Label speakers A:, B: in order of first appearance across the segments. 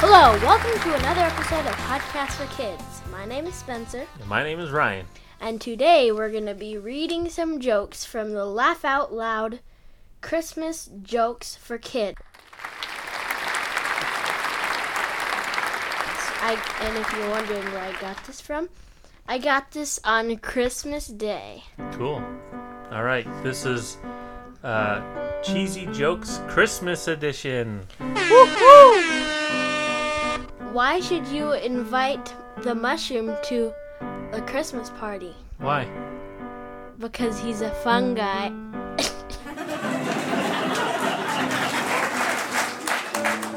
A: Hello, welcome to another episode of Podcast for Kids. My name is Spencer,
B: My name is Ryan.
A: and today we're going to be reading some jokes from the Laugh Out Loud Christmas Jokes for Kids. I, and if you're wondering where I got this from, I got this on Christmas Day.
B: Cool. All right, this is uh, Cheesy Jokes Christmas Edition.
A: Why should you invite the mushroom to a Christmas party?
B: Why?
A: Because he's a fun guy.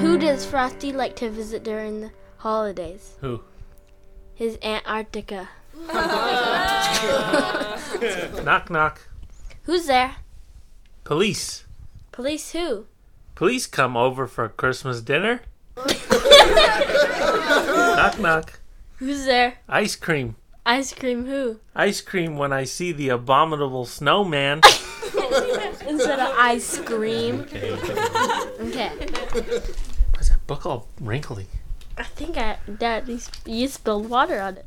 A: Who does Frosty like to visit during the holidays?
B: Who?
A: His Antarctica.
B: Knock, knock.
A: Who's there?
B: Police.
A: Police who?
B: Police come over for Christmas dinner. knock, knock.
A: Who's there?
B: Ice cream.
A: Ice cream who?
B: Ice cream when I see the abominable snowman.
A: Instead of ice cream.
B: okay, okay.
A: Okay.
B: Why's that book all wrinkly?
A: I think I that you sp- you spilled water on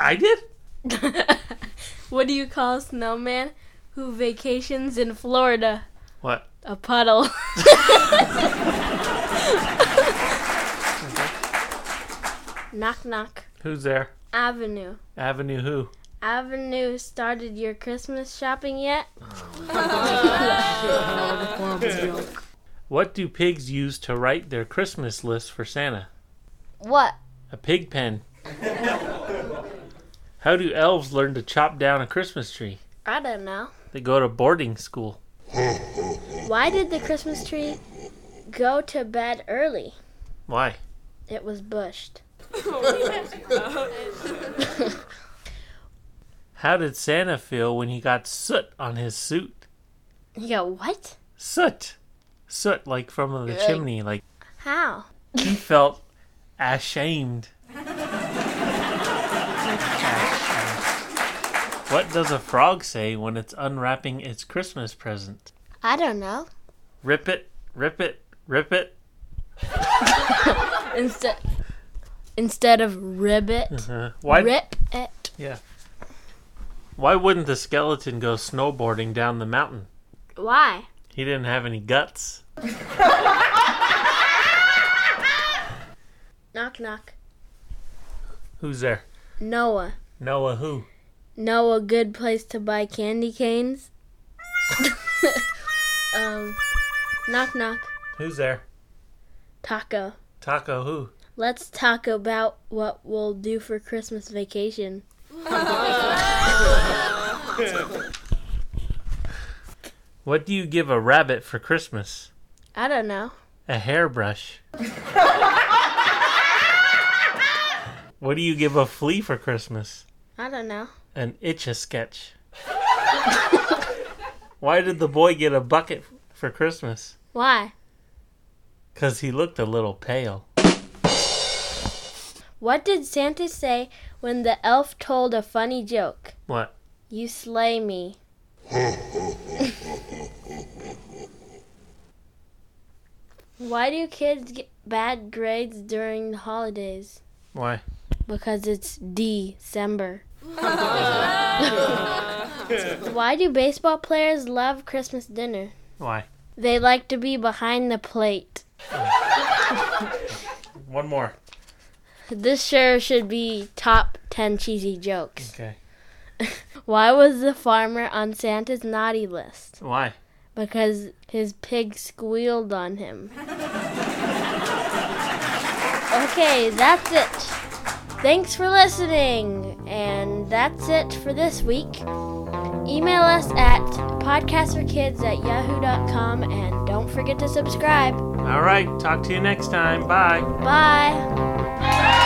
B: I did?
A: it. what do you call a snowman who vacations in Florida?
B: What?
A: A puddle. knock knock.
B: Who's there?
A: Avenue.
B: Avenue who?
A: Avenue started your Christmas shopping yet?
B: What do pigs use to write their Christmas list for Santa?
A: What?
B: A pig pen. How do elves learn to chop down a Christmas tree?
A: I don't know.
B: They go to boarding school.
A: Why did the Christmas tree go to bed early?
B: Why?
A: It was bushed.
B: How did Santa feel when he got soot on his suit?
A: You go, what?
B: Soot. Soot, like from the chimney. Like,
A: How?
B: he felt ashamed. what does a frog say when it's unwrapping its Christmas present?
A: I don't know.
B: Rip it, rip it, rip it.
A: Instead instead of ribbit,
B: Uh, why?
A: rip it.
B: Yeah. Why wouldn't the skeleton go snowboarding down the mountain?
A: Why?
B: He didn't have any guts.
A: Knock knock.
B: Who's there?
A: Noah.
B: Noah who?
A: know a good place to buy candy canes? um, knock knock,
B: Who's there?
A: taco.
B: Taco who?
A: Let's talk about what we'll do for Christmas vacation.
B: What do you give a rabbit for Christmas?
A: I don't know.
B: A hairbrush. what do you give a flea for Christmas?
A: I don't know.
B: An itch a sketch. Why did the boy get a bucket for Christmas?
A: Why?
B: Because he looked a little pale.
A: What did Santa say when the elf told a funny joke?
B: What?
A: You slay me. Why do kids get bad grades during the holidays?
B: Why?
A: Because it's December. Why do baseball players love Christmas dinner?
B: Why?
A: They like to be behind the plate.
B: One more.
A: This sure should be top 10 cheesy jokes.
B: Okay.
A: Why was the farmer on Santa's naughty list?
B: Why?
A: Because his pig squealed on him. okay, that's it. Thanks for listening. And that's it for this week. Email us at podcastforkids at yahoo.com and don't forget to subscribe.
B: All right. Talk to you next time. Bye.
A: Bye.